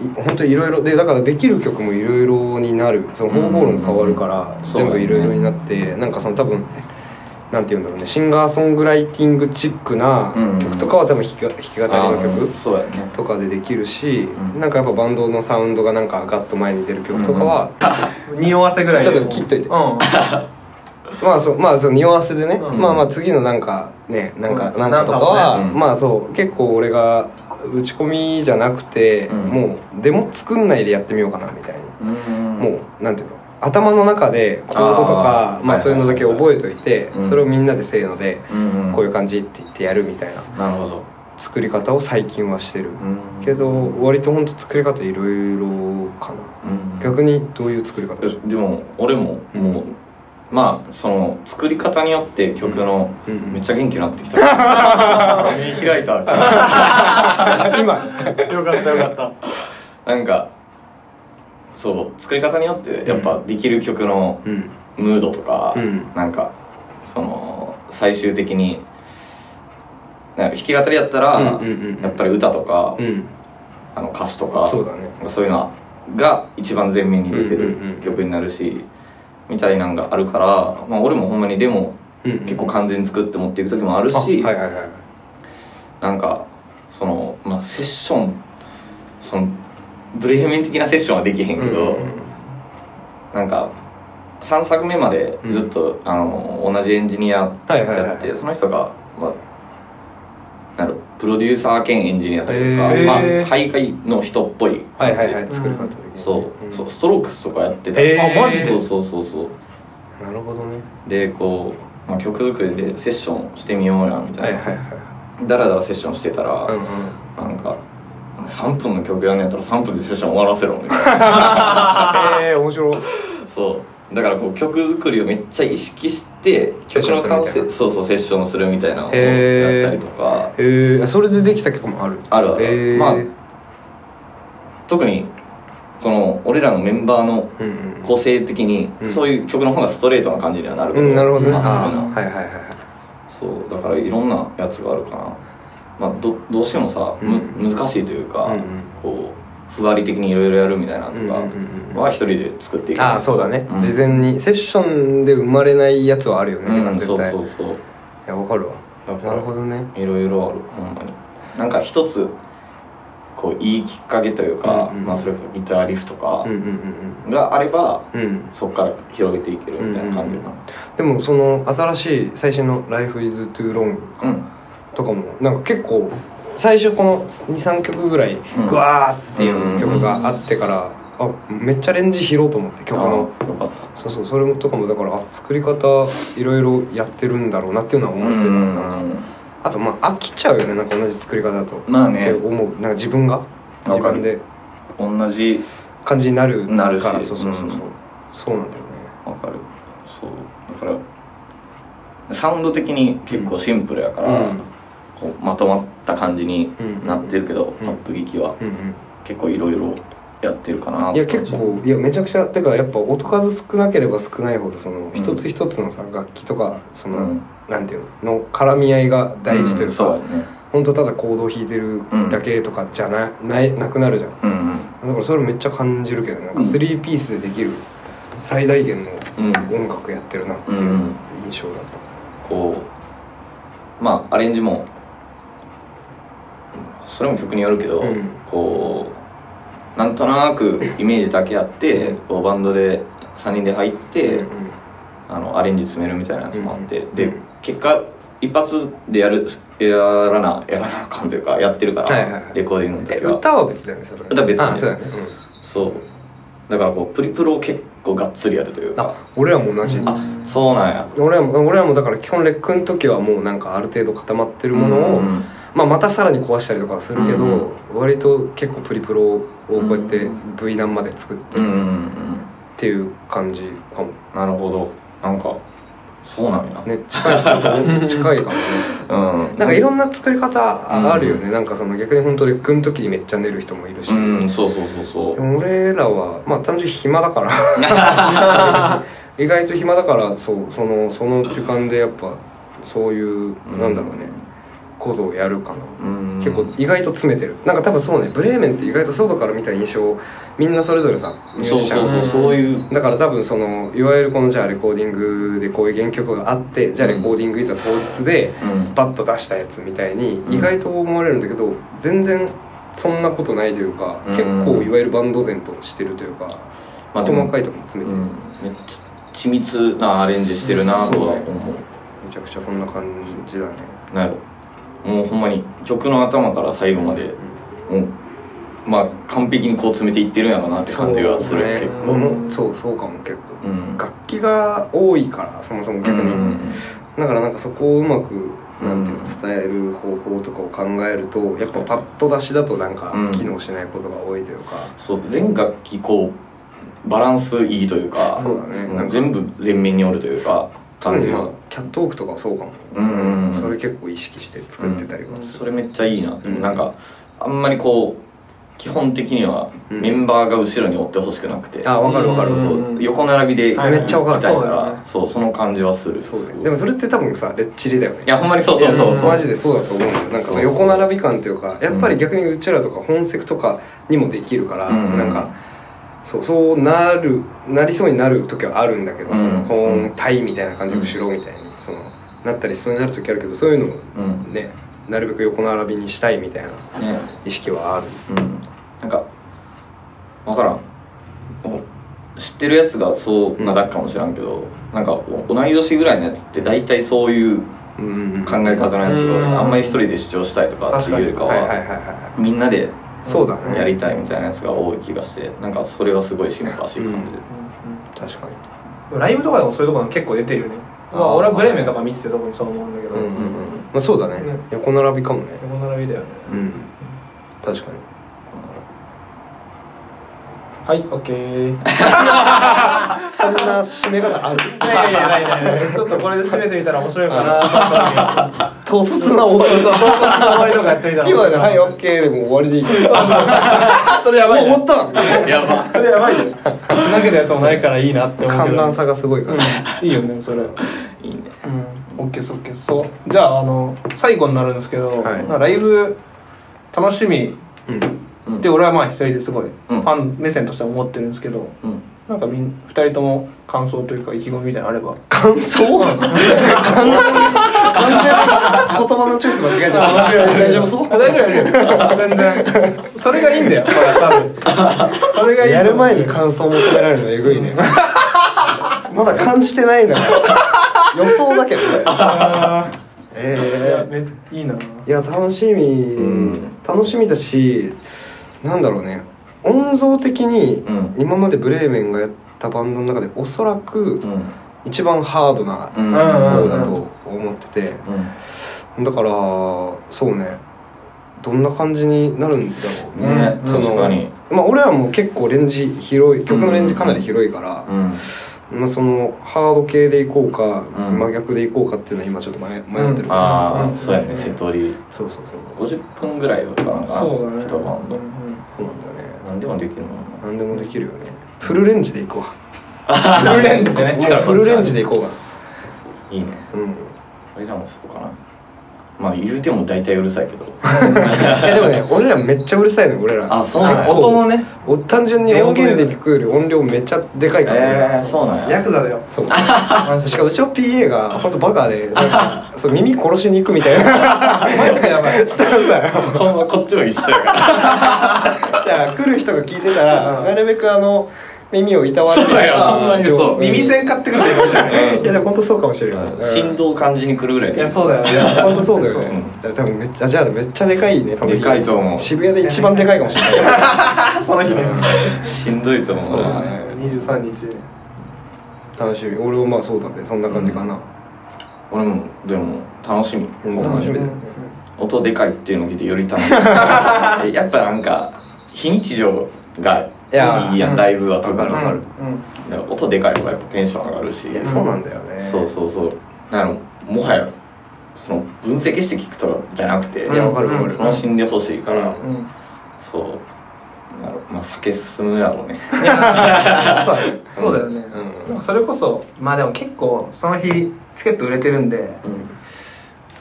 Speaker 3: い本当にいろいろでだからできる曲もいろいろになるその方法論変わるから
Speaker 2: うん
Speaker 3: 全部いろいろになって、なんかその多分なんて言うんだろうねシンガーソングライティングチックな
Speaker 2: うん
Speaker 3: 曲とかは多分弾きが弾き語りの曲
Speaker 2: そうやね
Speaker 3: とかでできるし、
Speaker 2: うん
Speaker 3: なんかやっぱバンドのサウンドがなんかガッと前に出る曲とかは、
Speaker 1: 匂わせぐらいで
Speaker 3: ちょっと切っとい
Speaker 1: う
Speaker 3: て
Speaker 1: ん
Speaker 3: まあそうまあその匂わせでね、
Speaker 1: うん
Speaker 3: まあまあ次のなんかねなんか、
Speaker 1: うん
Speaker 3: なんかとかは、
Speaker 2: なんかもねうん
Speaker 3: まあそう結構俺が打ち込みじゃなくて、
Speaker 2: うん
Speaker 3: もうデモ作んないでやってみようかなみたいに、
Speaker 2: うん
Speaker 3: もうなんていうの頭の中でコードとか
Speaker 2: あーはい
Speaker 3: ま
Speaker 2: はいは
Speaker 3: あ
Speaker 2: い
Speaker 3: そういうのだけ覚えといて、
Speaker 2: うん
Speaker 3: それをみんなでせーので、
Speaker 2: うんうん
Speaker 3: こういう感じって言ってやるみたいな
Speaker 2: なるほど
Speaker 3: 作り方を最近はしてる、
Speaker 2: うん
Speaker 3: けど割とほんと作り方いろいろかな、
Speaker 2: うん
Speaker 3: 逆にどういう作り方
Speaker 2: いやでも俺も
Speaker 3: うん
Speaker 2: もうまあその作り方によって曲の
Speaker 3: うんうん
Speaker 2: めっちゃ元気にな ってきた目開いた
Speaker 3: 今
Speaker 1: よかったよかった
Speaker 2: なんかそう作り方によってやっぱできる曲の
Speaker 3: うん
Speaker 2: ムードとか、
Speaker 3: うん
Speaker 2: なんかその最終的になんか弾き語りやったら、
Speaker 3: うんうんうん
Speaker 2: やっぱり歌とか、
Speaker 3: うん
Speaker 2: あの歌詞とか
Speaker 3: そうだね
Speaker 2: なんかそういうのが一番前面に出て
Speaker 3: うんうんう
Speaker 2: る
Speaker 3: ん
Speaker 2: 曲になるし、みたいなんがあるから、まあ、俺もほんまにでも結
Speaker 3: 結
Speaker 2: 構完全に作って持っていく時もあるし、
Speaker 3: はいはいはい
Speaker 2: なんかその、まあ、セッションそのブレーメン的なセッションはできへんけど、なんか3作目までずっと、あの同じエンジニア
Speaker 3: いはいはい
Speaker 2: やってその人が、まあ、なるプロデューサー兼エンジニアというか、
Speaker 1: へー
Speaker 2: まあ、海外の人っぽい感じ、
Speaker 3: はいはいはい
Speaker 1: ん
Speaker 3: 作り方的に
Speaker 2: そう、
Speaker 3: ん
Speaker 2: そうストロークスとかやってた、
Speaker 3: へー
Speaker 2: あマジでそうそうそうそう
Speaker 3: なるほどね
Speaker 2: でこう、まあ、曲作りでセッションしてみようやみた
Speaker 3: はいい
Speaker 2: な、
Speaker 3: はいは
Speaker 2: だらだらセッションしてたら、
Speaker 3: いうんうん
Speaker 2: なんか3分の曲やんねやったら3分でセッション終わらせろみた いな
Speaker 3: えー面白い
Speaker 2: そうだからこう曲作りをめっちゃ意識して曲の完
Speaker 3: セッシ
Speaker 2: 成そ
Speaker 3: ョンするみたいな
Speaker 2: うそうセッションするみたいなのを
Speaker 3: へー
Speaker 2: やったりとか
Speaker 3: えーそれでできた曲もある
Speaker 2: あるある
Speaker 3: えー
Speaker 2: まあ特にこの俺らのメンバーの
Speaker 3: うんうん
Speaker 2: 個性的に、
Speaker 3: うん
Speaker 2: そういう曲の方がストレートな感じにはなるけ
Speaker 3: うんなるほどね
Speaker 2: まっすぐ
Speaker 3: あ
Speaker 2: な
Speaker 3: ーはいはいはいはい
Speaker 2: そうだからいろんなやつがあるかな、まあ、どどうしてもさ、む
Speaker 3: うん
Speaker 2: 難しいというか、
Speaker 3: うんうん
Speaker 2: こうふわり的にいろいろやるみたいなの
Speaker 3: う
Speaker 2: と
Speaker 3: んう
Speaker 2: か
Speaker 3: んうんうん
Speaker 2: は一人で作っていく
Speaker 3: ああそうだね
Speaker 2: うん
Speaker 3: 事前にセッションで生まれないやつはあるよね
Speaker 2: うんそ
Speaker 3: 絶
Speaker 2: う
Speaker 3: 対
Speaker 2: そ
Speaker 3: いう
Speaker 2: そう
Speaker 3: やわかるわ
Speaker 2: だか
Speaker 3: なるほ
Speaker 2: ら
Speaker 3: どね
Speaker 2: いろいろあるほんまになんか一つこういいきっかけというか、
Speaker 3: うんうん
Speaker 2: まあ、それこそギターリフとか
Speaker 3: うんうんうん
Speaker 2: があれば、
Speaker 3: うんうん
Speaker 2: そこから広げていけるみたいな感じかな
Speaker 3: でもその新しい最新の「Life is too long」
Speaker 2: うん、
Speaker 3: とかもなんか結構最初この23曲ぐらい
Speaker 2: うん
Speaker 3: グワーっていう曲があってから、あめっちゃレンジ拾おうと思って曲の
Speaker 2: あーよかった
Speaker 3: そうそうそれとかもだからあ作り方いろいろやってるんだろうなっていうのは思ってた
Speaker 2: うん
Speaker 3: なあとまあ飽きちゃうよねなんか同じ作り方だと、
Speaker 2: まあ
Speaker 3: って
Speaker 2: ね
Speaker 3: 思うなんか自分が
Speaker 2: わ
Speaker 3: 自
Speaker 2: かる
Speaker 3: 分で
Speaker 2: 同じ
Speaker 3: 感じになるから
Speaker 2: なるし
Speaker 3: そうそうそうそ
Speaker 2: う
Speaker 3: う、
Speaker 2: ん
Speaker 3: そうなんだよね
Speaker 2: わかるそうだからサウンド的に結構シンプルやから、
Speaker 3: うん
Speaker 2: こうまとまった感じになってるけど、
Speaker 3: うん
Speaker 2: パッと劇は
Speaker 3: うんうん
Speaker 2: 結構いろいろやってるかなっ
Speaker 3: い
Speaker 2: て
Speaker 3: や
Speaker 2: 感じ
Speaker 3: 結構いやめちゃくちゃてかやっぱ音数少なければ少ないほどその
Speaker 2: ん
Speaker 3: 一つ一つのさ楽器とかそうの、
Speaker 2: ん
Speaker 3: なんていうのの絡み合いが大事という
Speaker 2: ん
Speaker 3: か、
Speaker 2: そうやね
Speaker 3: 本当ただ行動を弾いてるだけとかじゃな,、ないなくなるじゃん
Speaker 2: うん
Speaker 3: だからそれめっちゃ感じるけどねなんか
Speaker 2: うん
Speaker 3: 3ピースでできる最大限の
Speaker 2: うん、
Speaker 3: 音楽やってるなってい
Speaker 2: んう
Speaker 3: うん印象だっ
Speaker 2: こうまあアレンジもそれも曲によるけど、
Speaker 3: うん、
Speaker 2: こうなんとなくイメージだけあってこうバンドで3人で入ったて、あのアレンジ詰めるみたいなやつもあって、
Speaker 3: うんう
Speaker 2: で
Speaker 3: ん
Speaker 2: 結果一発でやるやらなやらなあかんというかやってるから、
Speaker 3: はいはいはい
Speaker 2: レコーディングの
Speaker 3: え
Speaker 2: 時は
Speaker 3: 歌は別だよねさすがに
Speaker 2: 歌は別だよ
Speaker 3: あそうだよね、うん
Speaker 2: そうだからこうプリプロを結構がっつりやるというか
Speaker 3: あ俺らも同じ、
Speaker 1: うん
Speaker 2: あそうなんや
Speaker 3: 俺らも俺らもだから基本レックの時はもうなんかある程度固まってるものを、
Speaker 2: うん
Speaker 3: まあ、またさらに壊したりとかはするけど、
Speaker 2: うん
Speaker 3: 割と結構プリプロをこうやって
Speaker 2: う
Speaker 3: V 難まで作って
Speaker 2: うんうんうん
Speaker 3: っていう感じかも
Speaker 2: なるほどなんかそうなんや、
Speaker 3: ね近いちょっ と近いかもね
Speaker 2: うん
Speaker 3: なんかいろんな作り方あるよね、なんかその逆に本当レックの時にめっちゃ寝る人もいるし、
Speaker 2: うんそうそうそうそ
Speaker 3: で
Speaker 2: う
Speaker 3: も俺らはまあ単純に暇だから 意外と暇だからそうそのその時間でやっぱそういう、なんだろうねことをやるか
Speaker 2: う
Speaker 3: な
Speaker 2: ん
Speaker 3: 結構意外と詰めてるなんか多分そうねブレーメンって意外と外から見た印象みんなそれぞれさミュー
Speaker 2: そう
Speaker 3: ジシ
Speaker 2: そう
Speaker 3: ャ
Speaker 2: そう
Speaker 3: ン
Speaker 2: そういう
Speaker 3: だから多分そのいわゆるこのじゃあレコーディングでこういう原曲があってじゃあレコーディングいざ当日で
Speaker 2: うん
Speaker 3: バッと出したやつみたいに
Speaker 2: うん
Speaker 3: 意外と思われるんだけど全然そんなことないというか
Speaker 2: うん
Speaker 3: 結構いわゆるバンド前としてるというか
Speaker 2: まあで
Speaker 3: 細
Speaker 2: も
Speaker 3: かいとこも詰め
Speaker 2: う
Speaker 3: て
Speaker 2: んめっちゃ緻密なアレンジしてるなとは思う
Speaker 3: めちゃくちゃそんな感じだね
Speaker 2: なんやろもうほんまに曲の頭から最後までもうまあ完璧にこう詰めていってるんやろなって感じがする、
Speaker 3: ね
Speaker 2: 結
Speaker 3: も
Speaker 2: 構
Speaker 3: のそうそうかも結
Speaker 2: う
Speaker 3: 構
Speaker 2: ん
Speaker 3: 楽器が多いからそもそも逆に、
Speaker 2: うん
Speaker 3: だからなんかそこをうまくなんていう
Speaker 2: う
Speaker 3: の
Speaker 2: ん
Speaker 3: 伝える方法とかを考えるとやっぱパッと出しだとなんか
Speaker 2: うん
Speaker 3: 機能しないことが多いというか、
Speaker 2: そう全楽器こうバランスいいというか
Speaker 3: そうだね
Speaker 2: ん
Speaker 3: なんか
Speaker 2: 全部全面におるというか感じ
Speaker 3: ま
Speaker 2: が
Speaker 3: あキャットウォークとかはそうかも、
Speaker 2: うんうんうん
Speaker 3: それ結構意識して作ってたりはす
Speaker 2: そ
Speaker 3: る、
Speaker 2: れめっちゃいいなって、
Speaker 3: うん
Speaker 2: なんかあんまりこう基本的には
Speaker 3: うん
Speaker 2: メンバーが後ろに追ってほしくなくて、
Speaker 3: あわかるわか
Speaker 1: う
Speaker 3: る、
Speaker 1: ん
Speaker 2: そうう横並びで
Speaker 1: はい
Speaker 3: めっちゃわかる
Speaker 2: みたいか
Speaker 1: そうだよ
Speaker 2: ら
Speaker 1: ね
Speaker 2: そうその感じはする
Speaker 3: そうだ
Speaker 2: す
Speaker 3: よねで
Speaker 2: ごい
Speaker 3: もそれって多分さレッチリだよね
Speaker 2: いやほんまにそうそうそうそう
Speaker 3: マジでそうだと思うんだよなんかその横並び感というかやっぱり逆にうちらとか本セクとかにもできるから、
Speaker 2: うん
Speaker 3: なんかそうそうなるなりそうになる時はあるんだけど、
Speaker 2: うん
Speaker 3: その本体みたいな感じで後ろみたいに、そのなったりしそうになる時あるけどそういうのを
Speaker 2: うん
Speaker 3: ねなるべく横並びにしたいみたいな
Speaker 2: ね
Speaker 3: 意識はある
Speaker 2: うんなんか分からんお知ってるやつがそうなだけかもしらんけど、なんかお同い年ぐらいのやつって大体そういう考え方のやつ
Speaker 1: うん
Speaker 2: があんまり一人で主張したいとかっていうよりか
Speaker 3: はいはいはい
Speaker 2: は
Speaker 3: は
Speaker 2: みんなで
Speaker 3: いそうだね
Speaker 2: やりたいみたいなやつが多い気がしてなんかそれはすごいシンパシー感じで、
Speaker 3: 確かに
Speaker 1: ライブとかでもそういうところ結構出てるよねま
Speaker 2: あ
Speaker 1: あ
Speaker 2: ー
Speaker 1: 俺はブレーメンとか見てて特にそう思うんだけど、
Speaker 3: うんうんうん
Speaker 2: うん
Speaker 3: まあそうだね、
Speaker 1: うん
Speaker 3: 横並びかもね
Speaker 1: 横並びだよね、
Speaker 3: うん確かに
Speaker 1: はいオッケ ーい
Speaker 3: そんな締め方ある
Speaker 1: やいやないない ないちょっとこれで締めてみたら面白いかなと思ったのに
Speaker 3: 唐突な終わり
Speaker 1: そうそうそう終わりとかやってみたら
Speaker 3: 今ねはいオッケーでもう終わりでいい
Speaker 1: あそれやばいね
Speaker 3: もう終わったの
Speaker 2: やば
Speaker 1: それやばいね投げたやつもないからいいなって思うけど
Speaker 3: 寒暖差がすごいから、
Speaker 1: うんいいよねそれ
Speaker 2: いいね
Speaker 1: うん、オッケーですオッケーですそうじゃああの最後になるんですけど、
Speaker 3: はい
Speaker 1: まあライブ楽しみ
Speaker 3: うん
Speaker 2: うん
Speaker 1: で俺はまあ一人ですごいフ
Speaker 2: うん
Speaker 1: ァン目線としては思ってるんですけど、
Speaker 2: うん
Speaker 1: なんかみん二人とも感想というか意気込みみたいなのあれば
Speaker 3: 感想完全に言葉のチョイス間違えてる大丈夫そう
Speaker 1: 大丈夫全然それがいいんだよこれ多分それがいい
Speaker 3: やる前に感想求められるのえぐいねまだ感じてないんだから予想だけどね
Speaker 1: あーいや
Speaker 3: え
Speaker 1: めいいな
Speaker 3: えいや楽しみ、
Speaker 2: ん
Speaker 3: 楽しみだしなんだろうね音像的に
Speaker 2: うん
Speaker 3: 今までブレーメンがやったバンドの中でおそらく
Speaker 2: うん
Speaker 3: 一番ハードな
Speaker 2: うん
Speaker 1: うん
Speaker 3: 方だと思ってて、
Speaker 2: うん
Speaker 3: だからそうねどんな感じになるんだろうね
Speaker 2: ね確かに
Speaker 3: まあ俺らも結構レンジ広い曲のレンジかなり広いから、
Speaker 2: うん
Speaker 3: まあ、そのハード系でいこうか、
Speaker 2: うん
Speaker 3: 真逆でいこうかっていうのは今ちょっと迷迷ってる、
Speaker 2: あ
Speaker 1: う
Speaker 2: あ
Speaker 1: ん
Speaker 2: そうですね瀬戸り
Speaker 3: そうそうそう
Speaker 2: 50分ぐらいだったかな
Speaker 1: そうだね
Speaker 2: 一
Speaker 1: う
Speaker 2: 晩の
Speaker 1: ん
Speaker 3: そうなんだよね
Speaker 2: 何でもできるもんな
Speaker 3: 何でもできるよねフルレンジでいこう
Speaker 1: フルレンジでね
Speaker 2: 力
Speaker 3: フルレンジでいこうか
Speaker 2: いいね
Speaker 3: うん
Speaker 2: これじゃもうそうかなまあ言うても大体うるさいけど
Speaker 3: いやでも ね俺らめっちゃうるさいのよ俺ら
Speaker 2: あそうなんや
Speaker 3: 結構
Speaker 1: 音のね
Speaker 3: お単純に音源で聞くより音量めっちゃでかいから、俺ら
Speaker 2: えー、そうなん
Speaker 1: ヤ
Speaker 2: や
Speaker 1: クザだ よ
Speaker 3: そうしかもうち の PA が本当バカでなんかそう耳殺しに行くみたい なマジでやばいスタンスだよ
Speaker 2: ほんまこっちは一緒やから
Speaker 3: じゃあ来る人が聞いてたらなるべくあの耳をいたわる
Speaker 2: そうだよ
Speaker 3: あ
Speaker 2: ほんまにそう
Speaker 1: 耳栓買ってくるって言いましたよね
Speaker 3: いやでも本当そうかもしれない、
Speaker 2: 振動を感じに来るぐらい
Speaker 1: いやそうだよ
Speaker 3: いや本当そうだよ
Speaker 2: う
Speaker 3: ね
Speaker 2: ん
Speaker 3: だから多分めっちゃあじゃあめっちゃでかいねその日
Speaker 2: でかいと思う
Speaker 3: 渋谷で一番でかいかもしれな い
Speaker 1: その日ね
Speaker 2: しんどいと思う
Speaker 3: そうだ
Speaker 2: な
Speaker 3: ね
Speaker 1: 23日
Speaker 3: 楽しみ俺もまあそうだねそんな感じかな、
Speaker 2: 俺もでも楽しみ、
Speaker 3: うん楽しみだよね
Speaker 2: 音でかいっていうのを聞いてより楽し みやっぱなんか非日常がい
Speaker 3: いやー
Speaker 2: いやんライブはとか
Speaker 3: わかる
Speaker 1: うん
Speaker 2: だから音でかい方がやっぱテンション上がるし
Speaker 3: いやそうなんだよね
Speaker 2: そうそうそうなのもはやその分析して聞くとかじゃなくて
Speaker 3: いやわかるわかる、
Speaker 2: 楽しんでほしいから、
Speaker 1: うんうん
Speaker 2: そうなるまあ酒進むやろうね
Speaker 1: そうだよねそうだよね、
Speaker 3: うん
Speaker 1: なんかそれこそまあでも結構その日チケット売れてるんで
Speaker 2: うん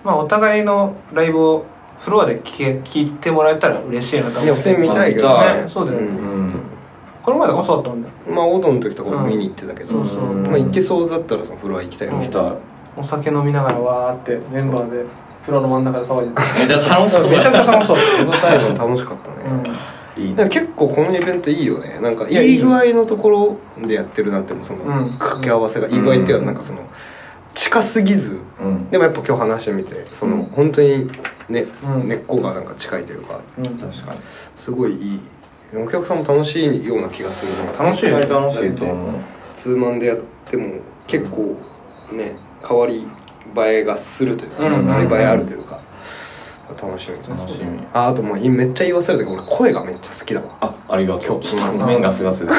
Speaker 1: まあお互いのライブをフロアで聞け聞いてもらえたら嬉しいなと
Speaker 3: い
Speaker 1: 思
Speaker 3: や
Speaker 1: っ
Speaker 3: 予選
Speaker 1: て
Speaker 3: 見たいけ
Speaker 2: ま
Speaker 3: ど
Speaker 2: あ見
Speaker 1: た
Speaker 3: ね
Speaker 1: いそうだよね
Speaker 2: うんん
Speaker 1: この前とかもそうだったんだよ
Speaker 3: まあオードの時とかも見に行ってたけど、
Speaker 1: うんそうそう
Speaker 3: まあ行けそうだったらそのフロア行きたいよ
Speaker 1: うん
Speaker 2: 行
Speaker 3: ね
Speaker 2: き、たい
Speaker 1: お酒飲みながらわーってメンバーでフロアの真ん中で騒いでた
Speaker 2: めっちゃ楽しそう
Speaker 1: めちゃくちゃ楽しそう
Speaker 3: 踊ったりも楽しかったね、
Speaker 1: うん
Speaker 2: いい
Speaker 3: で
Speaker 2: ね
Speaker 3: も結構このイベントいいよねなんかいや
Speaker 1: いい
Speaker 3: いい具合のところでやってるなってもその
Speaker 1: うん
Speaker 3: 掛け合わせが、いい具合っていうのはなんかその近すぎず
Speaker 2: うん
Speaker 3: でもやっぱ今日話してみてその、
Speaker 1: うん
Speaker 3: 本当にね、
Speaker 1: うん
Speaker 3: 根っこがなんか近いというか
Speaker 1: うん
Speaker 2: 確かに
Speaker 3: すごいいいお客さんも楽しいような気がするなんか
Speaker 1: 楽しい
Speaker 2: 絶対楽しいと思う
Speaker 3: ツーマンでやっても結構ね変わり映えがするというか、
Speaker 1: うん
Speaker 3: 変わり映えあるというか、楽しみですね
Speaker 2: 楽しみ
Speaker 3: ああともういめっちゃ言わせるけど俺声がめっちゃ好きだわ
Speaker 2: あありがとう
Speaker 3: 今日
Speaker 2: ちょっと麺がすがすが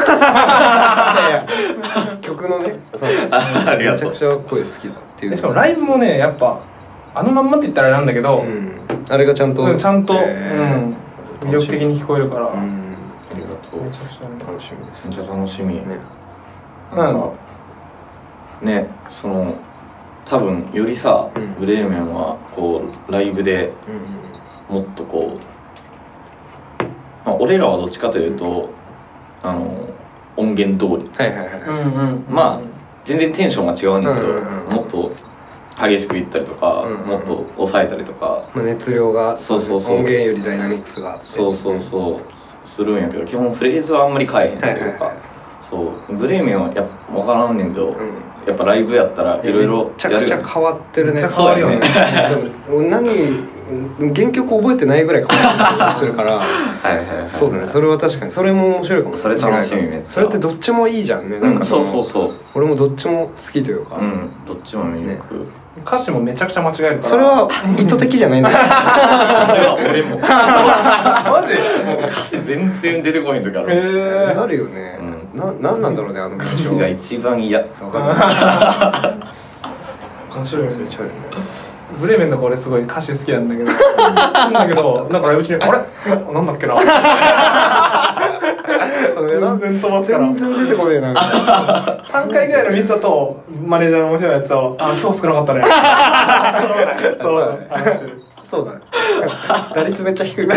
Speaker 3: 曲のねそ
Speaker 2: ありがとう
Speaker 3: めちゃくちゃ声好きだっていう
Speaker 1: でしかもライブもねやっぱあのまんまって言ったらあれなんだけど、
Speaker 3: うん、あれがちゃんと、
Speaker 1: うんちゃんと、
Speaker 3: え
Speaker 1: うん、魅力的に聞こえるから、
Speaker 3: ーうん
Speaker 2: ありがとう
Speaker 1: めちゃくちゃね
Speaker 3: 楽しみです
Speaker 2: めっちゃ楽しみ
Speaker 3: ね
Speaker 2: なんかねその多分よりさ、
Speaker 3: うん
Speaker 2: ブレーメンはこうライブで
Speaker 3: うん
Speaker 2: もっとこう、まあ、俺らはどっちかというとあの音源通り
Speaker 3: はいはいはい、
Speaker 1: うんうん
Speaker 2: ま全然テンションが違うんだけど、
Speaker 3: うんうんうん
Speaker 2: もっと激しくいったりとか、
Speaker 3: うんうん
Speaker 2: もっと抑えたりとか
Speaker 3: まあ、熱量が
Speaker 2: そうそうそう
Speaker 3: 音源よりダイナミックスがあって
Speaker 2: そうそうそうするんやけど基本フレーズはあんまり変えへんと
Speaker 3: はいはい
Speaker 2: いうか、そうブレーメンはやっぱ分からんねんけど、
Speaker 3: うん
Speaker 2: やっぱライブやったらいろいろ
Speaker 3: めちゃくちゃ変わってるね
Speaker 1: めっちゃ変わるよね
Speaker 3: でも 何原曲覚えてないぐらい変わったりするから
Speaker 2: はいはいはい
Speaker 3: そうだねそれは確かにそれも面白いかも
Speaker 2: それ楽しみめっちゃ
Speaker 3: それってどっちもいいじゃんねなん
Speaker 2: う
Speaker 3: か
Speaker 2: んそう
Speaker 3: の
Speaker 2: そうそう
Speaker 3: 俺もどっちも好きというか、
Speaker 2: うんどっちも魅力、
Speaker 1: 歌詞もめちゃくちゃ間違えるから
Speaker 3: それは意図的じゃないんだよ
Speaker 2: それは俺 も
Speaker 1: マジ
Speaker 2: もう歌詞全然出てこない時あ
Speaker 1: え
Speaker 2: る、
Speaker 3: なるよね、
Speaker 2: う
Speaker 3: ななんなんだろうねあの
Speaker 2: 歌詞が一番嫌
Speaker 3: わか
Speaker 1: ー、面白いよ
Speaker 3: んない
Speaker 1: ね
Speaker 3: ちゃうよね
Speaker 1: ブレーメンの子俺すごい歌詞好きなんだけどなんだけどなんかライブ中に「あれなんだっけな全然飛ばすから
Speaker 3: 全然出てこねえなみた いな」
Speaker 1: 3回ぐらいのミスだとマネージャーの面白いやつは「あ今日少なかったね」そうだねそうだね話してる
Speaker 3: そうだね打率めっち ゃ低いうん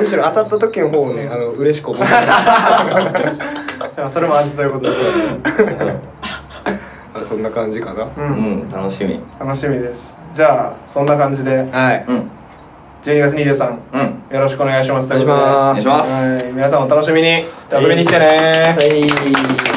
Speaker 3: むしろ当たった時の方をねあの嬉しく 思うあ
Speaker 1: だからそれも味ということですよね
Speaker 3: そんな感じかな
Speaker 1: う
Speaker 2: うんん楽しみ
Speaker 1: 楽しみですじゃあそんな感じで
Speaker 3: はい
Speaker 2: うん
Speaker 1: 12月23
Speaker 2: うん
Speaker 1: よろしくお願いします
Speaker 3: お願いします
Speaker 2: お願いします
Speaker 1: はい皆さんお楽しみに遊びに来てね
Speaker 3: はい